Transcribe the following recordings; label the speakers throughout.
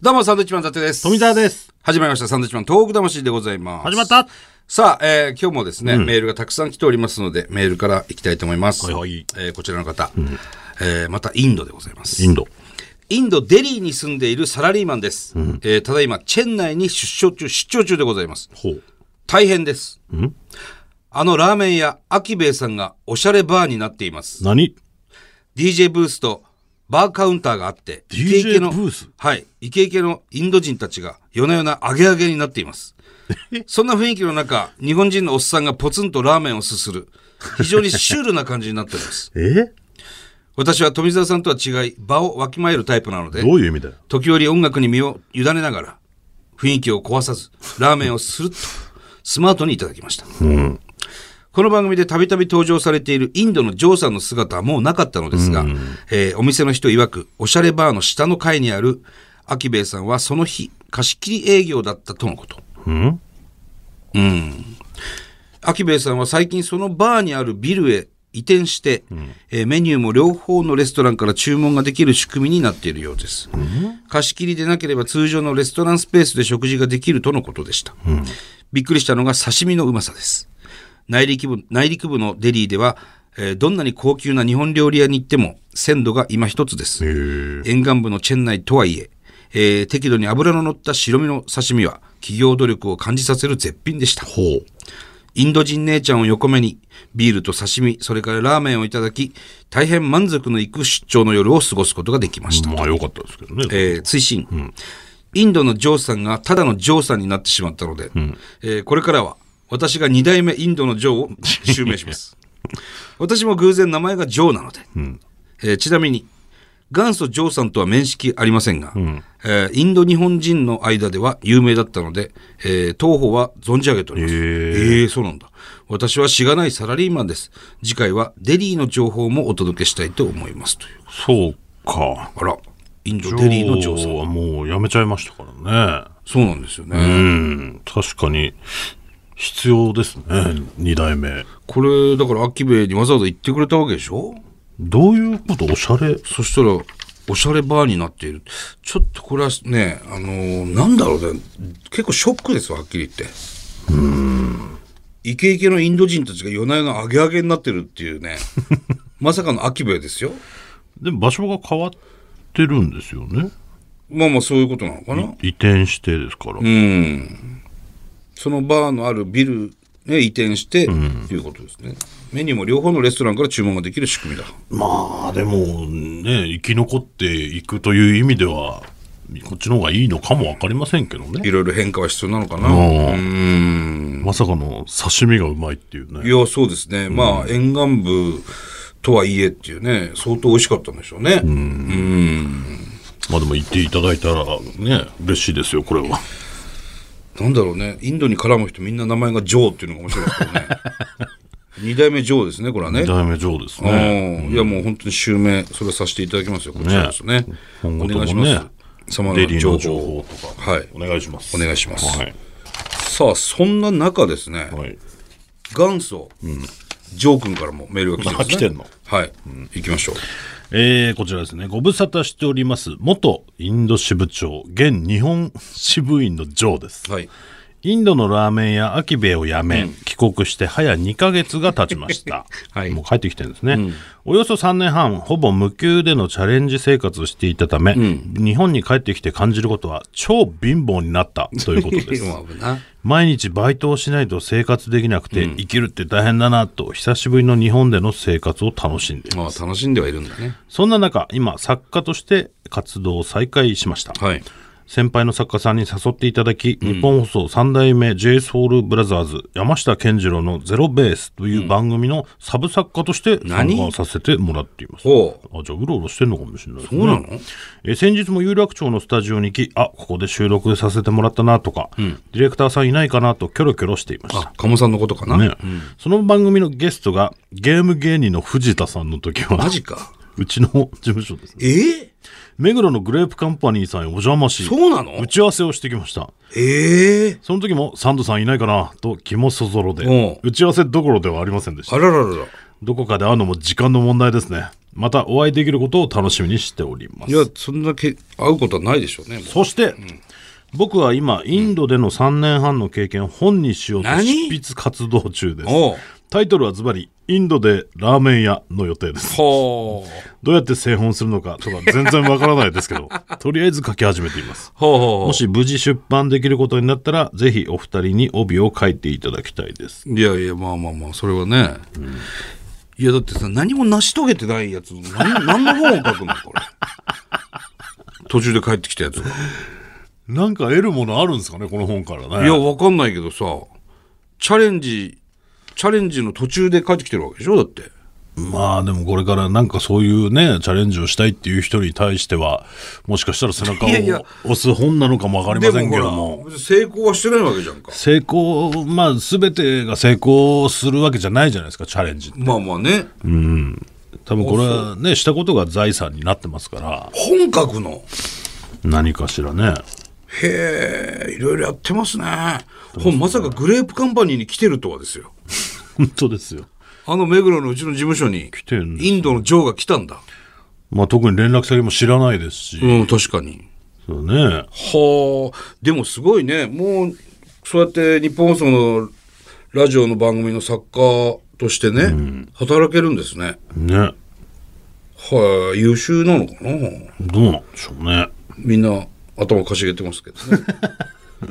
Speaker 1: どうも、サンドウィッチマン伊達です。
Speaker 2: 富澤です。
Speaker 1: 始まりました、サンドウィッチマントーク魂でございます。
Speaker 2: 始まった
Speaker 1: さあ、えー今日もですね、メールがたくさん来ておりますので、メールからいきたいと思います。
Speaker 2: はいはい
Speaker 1: えーこちらの方、えーまたインドでございます。
Speaker 2: インド。
Speaker 1: インド・デリーに住んでいるサラリーマンです。えーただいま、チェン内に出張中、出張中でございます。
Speaker 2: ほう。
Speaker 1: 大変です。あのラーメン屋、アキベイさんがおしゃれバーになっています。
Speaker 2: 何
Speaker 1: DJ ブースとバーカウンターがあって、イ
Speaker 2: DJ
Speaker 1: ケイケの
Speaker 2: ブース
Speaker 1: はい、イケイケのインド人たちが夜な夜なアゲアゲになっています。そんな雰囲気の中、日本人のおっさんがポツンとラーメンをすする。非常にシュールな感じになっております。
Speaker 2: え
Speaker 1: 私は富澤さんとは違い、場をわきまえるタイプなので、
Speaker 2: どういう意味だよ。
Speaker 1: 時折音楽に身を委ねながら、雰囲気を壊さず、ラーメンをスルッと、スマートにいただきました。この番組でたびたび登場されているインドのジョーさんの姿はもうなかったのですが、えーお店の人曰く、おしゃれバーの下の階にあるアキベイさんはその日、貸し切り営業だったとのこと。
Speaker 2: うん
Speaker 1: アキベイさんは最近そのバーにあるビルへ移転して、えーメニューも両方のレストランから注文ができる仕組みになっているようです、貸し切りでなければ通常のレストランスペースで食事ができるとのことでした、びっくりしたのが刺身のうまさです内陸部内陸部のデリーでは、えーどんなに高級な日本料理屋に行っても鮮度が今一つです、
Speaker 2: えー、
Speaker 1: 沿岸部のチェン内とはいええー適度に脂の乗った白身の刺身は企業努力を感じさせる絶品でした
Speaker 2: ほう。
Speaker 1: インド人姉ちゃんを横目に、ビールと刺身、それからラーメンをいただき、大変満足のいく出張の夜を過ごすことができました。
Speaker 2: まあ良かったですけどね。
Speaker 1: えー追伸、インドのジョーさんがただのジョーさんになってしまったので、えーこれからは私が2代目インドのジョーを襲名し ます。私も偶然名前がジョーなので、えーちなみに、元祖ジョーさんとは面識ありませんが、えーインド日本人の間では有名だったので、えー当方は存じ上げております。
Speaker 2: へ
Speaker 1: えーそうなんだ。私はしがないサラリーマンです。次回はデリーの情報もお届けしたいと思います。という。
Speaker 2: そうか。
Speaker 1: あら、インドデリーのジョーさん。
Speaker 2: はもうやめちゃいましたからね。
Speaker 1: そうなんですよね。
Speaker 2: うん。確かに、必要ですね。二代目。
Speaker 1: これ、だから、アキベイにわざわざ行ってくれたわけでしょ
Speaker 2: どういうことおしゃれ
Speaker 1: そしたら、おしゃれバーになっている。ちょっとこれはね、あのーなんだろうね、結構ショックですわ、はっきり言って。イケイケのインド人たちが夜な夜なアゲアゲになってるっていう ね。まさかのアキベイですよ。
Speaker 2: でも場所が変わってるんですよね。
Speaker 1: まあまあ、そういうことなのかな。
Speaker 2: 移転してですから。
Speaker 1: うん。そのバーのあるビルね、移転して、ということですね。メニューも両方のレストランから注文ができる仕組みだ。
Speaker 2: まあでもね、生き残っていくという意味では、こっちの方がいいのかもわかりませんけどね。
Speaker 1: いろいろ変化は必要なのかな。
Speaker 2: ん
Speaker 1: うん。
Speaker 2: まさかの刺身がうまいっていう
Speaker 1: い
Speaker 2: ね。
Speaker 1: や、そうですね。まあ、沿岸部とはいえっていうね、相当美味しかったんでしょうね。うん。
Speaker 2: まあでも言っていただいたらね、嬉しいですよ、これは。
Speaker 1: なんだろうね。インドに絡む人みんな名前がジョーっていうのが面白いですよ ね。二代目ジョーですね、これはね
Speaker 2: 二。代目上ですね。
Speaker 1: うんいや、もう本当に襲名、それさせていただきますよ、こちらですね。
Speaker 2: 今
Speaker 1: お
Speaker 2: 後と
Speaker 1: 願
Speaker 2: も
Speaker 1: いし
Speaker 2: ね
Speaker 1: ます。様
Speaker 2: デ
Speaker 1: 々
Speaker 2: リーの
Speaker 1: な
Speaker 2: 情
Speaker 1: 情報
Speaker 2: 報
Speaker 1: を。
Speaker 2: とか。
Speaker 1: はい。
Speaker 2: お願いします。
Speaker 1: お願いします
Speaker 2: はい。
Speaker 1: さあ、そんな中ですね、
Speaker 2: はい。
Speaker 1: 元祖、ジョー君からもメールが来てますね。
Speaker 2: あ来てんの
Speaker 1: はい。行きましょう。
Speaker 2: えー、こちらですね。ご無沙汰しております。元インド支部長、現日本支部員のジョーです。
Speaker 1: はい。
Speaker 2: インドのラーメン屋アキベイを辞め、帰国して早2ヶ月が経ちました、
Speaker 1: はい
Speaker 2: もう帰ってきてるんですね、およそ3年半ほぼ無給でのチャレンジ生活をしていたため、日本に帰ってきて感じることは超貧乏になったと いうことです
Speaker 1: 今危な。
Speaker 2: 毎日バイトをしないと生活できなくて、生きるって大変だなと久しぶりの日本での生活を楽しんでいます
Speaker 1: まあ、楽しんではいるんだね。
Speaker 2: そんな中今作家として活動を再開しました、
Speaker 1: はい。
Speaker 2: 先輩の作家さんに誘っていただき、日本放送三代目 j ソウルブラザーズ山下健二郎の「ゼロベース」という番組のサブ作家として参
Speaker 1: 何
Speaker 2: 加させてもらっています。
Speaker 1: ほう。
Speaker 2: あじゃあうろうろしてんのかもしれないですね。
Speaker 1: そうなの
Speaker 2: えー先日も有楽町のスタジオに行きあここで収録させてもらったなとか、ディレクターさんいないかなとキョロキョロしていました。
Speaker 1: あ、鴨さんのことかな。
Speaker 2: ねその番組のゲストがゲーム芸人の藤田さんの時は
Speaker 1: マジか。
Speaker 2: うちの事務所ですね
Speaker 1: えー、
Speaker 2: 目黒のグレープカンパニーさんへお邪魔し
Speaker 1: そうなの
Speaker 2: 打ち合わせをしてきました
Speaker 1: ええ
Speaker 2: その時もサンドさんいないかなと気もそぞろ
Speaker 1: お
Speaker 2: で
Speaker 1: う
Speaker 2: 打ち合わせどころではありませんでし
Speaker 1: あ
Speaker 2: た
Speaker 1: らららら。
Speaker 2: どこかで会うのも時間の問題ですねまたお会いできることを楽しみにしておりま
Speaker 1: い
Speaker 2: す。
Speaker 1: や、そんなけ会うことはないでしょうね。もう
Speaker 2: そして、僕は今、インドでの3年半の経験を本にしようと執
Speaker 1: 何
Speaker 2: 筆活動中です。
Speaker 1: おう
Speaker 2: タイトルはズバリ、インドでラーメン屋の予定です。
Speaker 1: ほう。
Speaker 2: どうやって製本するのかとか全然わからないですけ ど、とりあえず書き始めています。
Speaker 1: ほうほうほ
Speaker 2: もし無事出版できることになったら、ぜひお二人に帯を書いていただきたいです。
Speaker 1: う。いやいや、まあまあまあ、それはね。いや、だってさ、何も成し遂げてないやつ、何何の本を書くの これ。途中で帰ってきたやつが。
Speaker 2: なんか得るものあるんですかね、この本からね。
Speaker 1: いや、わかんないけどさ、チャレンジ、チャレンジの途中で帰ってきてるわけでしょだって。
Speaker 2: まあでもこれからなんかそういうね、チャレンジをしたいっていう人に対しては、もしかしたら背中を
Speaker 1: いやいや
Speaker 2: 押す本なのかもわかりませんけど
Speaker 1: ほ
Speaker 2: も。
Speaker 1: ら成功はしてないわけじゃんか。
Speaker 2: 成功、まあ全てが成功するわけじゃないじゃないですか、チャレンジ。
Speaker 1: まあまあね。
Speaker 2: 多分これはね、したことが財産になってますから、
Speaker 1: 本書くの。
Speaker 2: 何かしらね。
Speaker 1: へえ、いろいろやってますね。本、まさかグレープカンパニーに来てるとはですよ。
Speaker 2: 本当ですよ。
Speaker 1: あの目黒のうちの事務所に、
Speaker 2: てん
Speaker 1: インドのジョーが来たんだ。
Speaker 2: まあ特に連絡先も知らないですし、
Speaker 1: うん、確かに。
Speaker 2: そうね。
Speaker 1: はあ、でもすごいね。もう、そうやって日本放送のラジオの番組の作家としてね、働けるんですね。
Speaker 2: ね。
Speaker 1: はい、優秀なのかな
Speaker 2: どうなんでしょうね。
Speaker 1: みんな頭かしげてますけどね。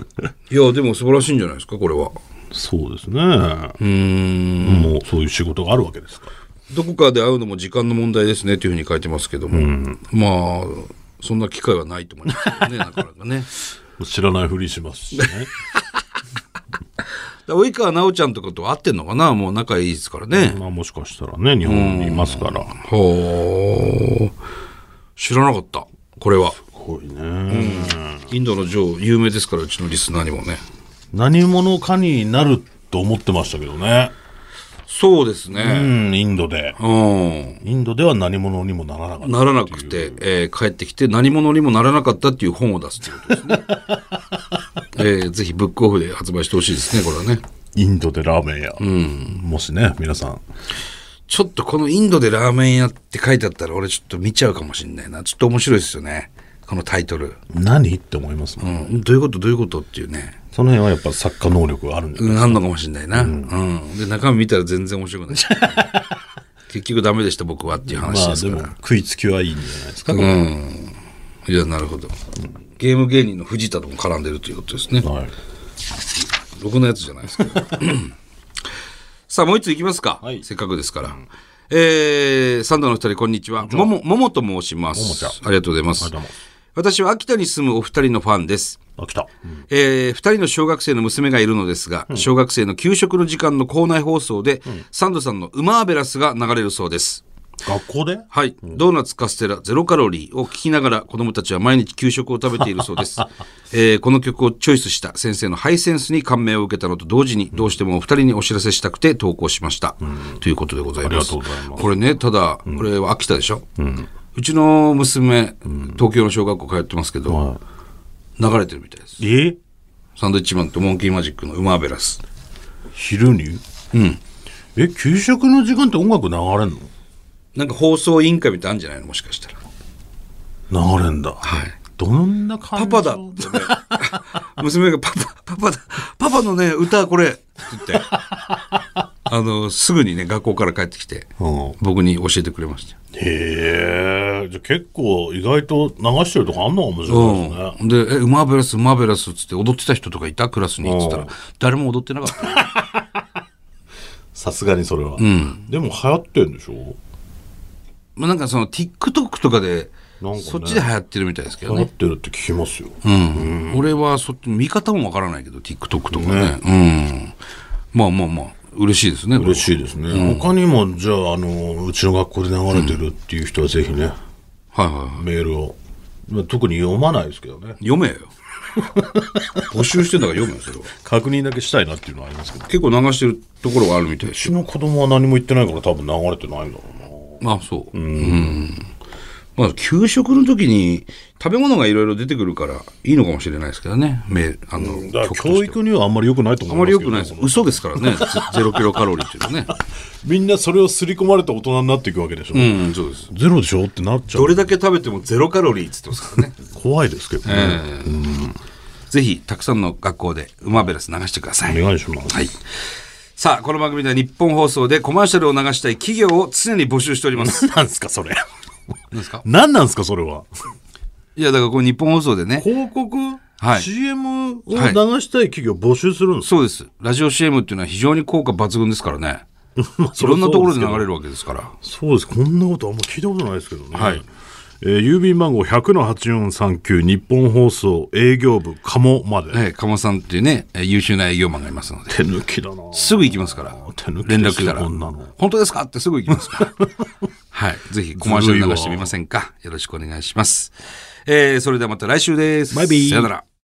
Speaker 1: いや、でも素晴らしいんじゃないですか、これは。
Speaker 2: そうですね。
Speaker 1: うーん。
Speaker 2: もうそういう仕事があるわけですから。
Speaker 1: どこかで会うのも時間の問題ですねというふうに書いてますけども、まあ、そんな機会はないと思いますけどね、 なかなかね。
Speaker 2: 知らないふりしますしね。
Speaker 1: だ及川奈緒ちゃんとかと会ってんのかな、もう仲いいですからね。
Speaker 2: まあもしかしたらね、日本にいますから。
Speaker 1: ほう。知らなかった、これは。
Speaker 2: こういうね。
Speaker 1: インドの女王、有名ですから、うちのリスナーにもね。
Speaker 2: 何者かになると思ってましたけどね。
Speaker 1: そうです
Speaker 2: う
Speaker 1: ね。
Speaker 2: ん、インドで。
Speaker 1: うん。
Speaker 2: インドでは何者にもならなかった。
Speaker 1: ならなくて、えー帰ってきて何者にもならなかったっていう本を出すということです ね。えーぜひブックオフで発売してほしいですね、これはね。
Speaker 2: インドでラーメン屋。もしね、皆さん。
Speaker 1: ちょっとこのインドでラーメン屋って書いてあったら俺ちょっと見ちゃうかもしんないな。ちょっと面白いですよね。このタイトル。
Speaker 2: 何って思いますも。
Speaker 1: うんん。どういうことどういうことっていうね。
Speaker 2: その辺はやっぱ作家能力があるんで。
Speaker 1: うん、あんのかもしんないな。うん。で、中身見たら全然面白く ない。結局ダメでした僕はっていう話
Speaker 2: ま
Speaker 1: で
Speaker 2: あ
Speaker 1: す
Speaker 2: で
Speaker 1: か
Speaker 2: も
Speaker 1: ら。
Speaker 2: 食いつきはいいんじゃないですか。
Speaker 1: うん。いや、なるほど。ゲーム芸人の藤田とも絡んでるということですね。
Speaker 2: はい。
Speaker 1: ろくなやつじゃないですけ ど。さあ、もう一ついきますか。
Speaker 2: はい
Speaker 1: せっかくですから。えー、サンドのお二人、こんにちは。もも、ももと申します。
Speaker 2: ももちゃん
Speaker 1: ありがとうございます
Speaker 2: どうも。
Speaker 1: 私は秋田に住むお二人のファンです。
Speaker 2: あ、来た。
Speaker 1: えー、2人の小学生の娘がいるのですが、小学生の給食の時間の校内放送で、サンドさんの「ウマーベラス」が流れるそうです。
Speaker 2: 学校で
Speaker 1: はい、ドーナツカステラゼロカロリーを聞きながら子どもたちは毎日給食を食べているそう です、えーこの曲をチョイスした先生のハイセンスに感銘を受けたのと同時にどうしてもお二人にお知らせしたくて投稿しました、ということでございます
Speaker 2: ありがとうございます
Speaker 1: これねただ、これは秋田でしょ、うちの娘東京の小学校通ってますけど、
Speaker 2: は
Speaker 1: 流れてるみたいです
Speaker 2: い。え
Speaker 1: サンドイッチマンとモンキーマジックのウマーベラス
Speaker 2: 昼に
Speaker 1: うん
Speaker 2: え、給食の時間って音楽流れん
Speaker 1: なんか放送委員会みたいなのあるんじゃないのもしかしたら
Speaker 2: の流れんだ。
Speaker 1: はい
Speaker 2: どんな
Speaker 1: パ
Speaker 2: 感じ
Speaker 1: パだってね 娘がパパ、パパだ。パパのね、歌これ。って言って。あの、すぐにね、学校から帰ってきて、
Speaker 2: うん、
Speaker 1: 僕に教えてくれました。
Speaker 2: へえ。じゃあ結構意外と流してるとこあんのかもしれないですね。
Speaker 1: うん。で、え、ウマーベラス、ウマーベラスっつって踊ってた人とかいたクラスにって言った
Speaker 2: う
Speaker 1: ら
Speaker 2: ん、
Speaker 1: 誰も踊ってなかった。
Speaker 2: さすがにそれは。でも流行ってんでしょ
Speaker 1: まあなんかその TikTok とかで、
Speaker 2: なんかね
Speaker 1: そっちで流行ってるみたいですけど
Speaker 2: 流行っ
Speaker 1: ね。
Speaker 2: てるって聞きますよ。
Speaker 1: うん。俺はそっち、見方もわからないけど、TikTok とかね。うん。まあまあまあ、嬉しいですね。これは
Speaker 2: 嬉しいですね。他にも、じゃあ、あの、うちの学校で流れてるっていう人はぜひね、
Speaker 1: はいはいはい。
Speaker 2: メールを。まあ特に読まないですけどね。
Speaker 1: 読めよ。募集してんだから読めよ、それは。
Speaker 2: 確認だけしたいなっていうのはありますけど。う
Speaker 1: 結構流してるところがあるみたいです
Speaker 2: ちの子供は何も言ってないから多分流れてないんだろうな。
Speaker 1: あ、そう。うん。まあ、給食の時に食べ物がいろいろ出てくるからいいのかもしれないですけどね。めあの曲
Speaker 2: だから
Speaker 1: として
Speaker 2: 教育にはあんまり良くないと
Speaker 1: あ
Speaker 2: 思
Speaker 1: ま
Speaker 2: い
Speaker 1: り
Speaker 2: ま
Speaker 1: 良
Speaker 2: すけ
Speaker 1: く
Speaker 2: ど
Speaker 1: ないです。嘘ですから ね。ゼゼロキロカロリーっていうのはね。
Speaker 2: みんなそれを刷り込まれて大人になっていくわけでしょ、
Speaker 1: うん、そうです。
Speaker 2: ゼロでしょってなっちゃ
Speaker 1: ど
Speaker 2: う
Speaker 1: れだけ食べてもゼロカロリーって言ってますからね。
Speaker 2: 怖いですけどね、
Speaker 1: ぜひ、たくさんの学校で、ウマベラス流してください。
Speaker 2: お願いします、
Speaker 1: はい。さあ、この番組では日本放送でコマーシャルを流したい企業を常に募集しております。
Speaker 2: 何なんですかそれ
Speaker 1: 何ですか
Speaker 2: 何なんですかそれはい
Speaker 1: や、だからこれ日本放送でね、
Speaker 2: 広告、
Speaker 1: はい
Speaker 2: CM を流したい企業募集するんです、
Speaker 1: そうです。ラジオ CM っていうのは非常に効果抜群ですからね。
Speaker 2: ま
Speaker 1: い
Speaker 2: あそ
Speaker 1: ろんなところで
Speaker 2: りゃ
Speaker 1: 流
Speaker 2: そうすけど
Speaker 1: れるわけですから。
Speaker 2: そうですこんなことあんま聞いたことないですけどね
Speaker 1: はい
Speaker 2: えー郵便番号100-8439日本放送営業部鴨まで、
Speaker 1: ええ、鴨さんっていうね、え優秀な営業マンがいますので。
Speaker 2: 手抜きだな
Speaker 1: すぐ行きますから。
Speaker 2: 手抜き
Speaker 1: 連
Speaker 2: で
Speaker 1: 絡
Speaker 2: す
Speaker 1: 来
Speaker 2: よ
Speaker 1: たら。
Speaker 2: こんなの
Speaker 1: 本当ですかってすぐ行きます から。はい。ぜひコマーシャル流してみませんか。よろしくお願いします。えー、それではまた来週です。
Speaker 2: バイビー
Speaker 1: さよなら。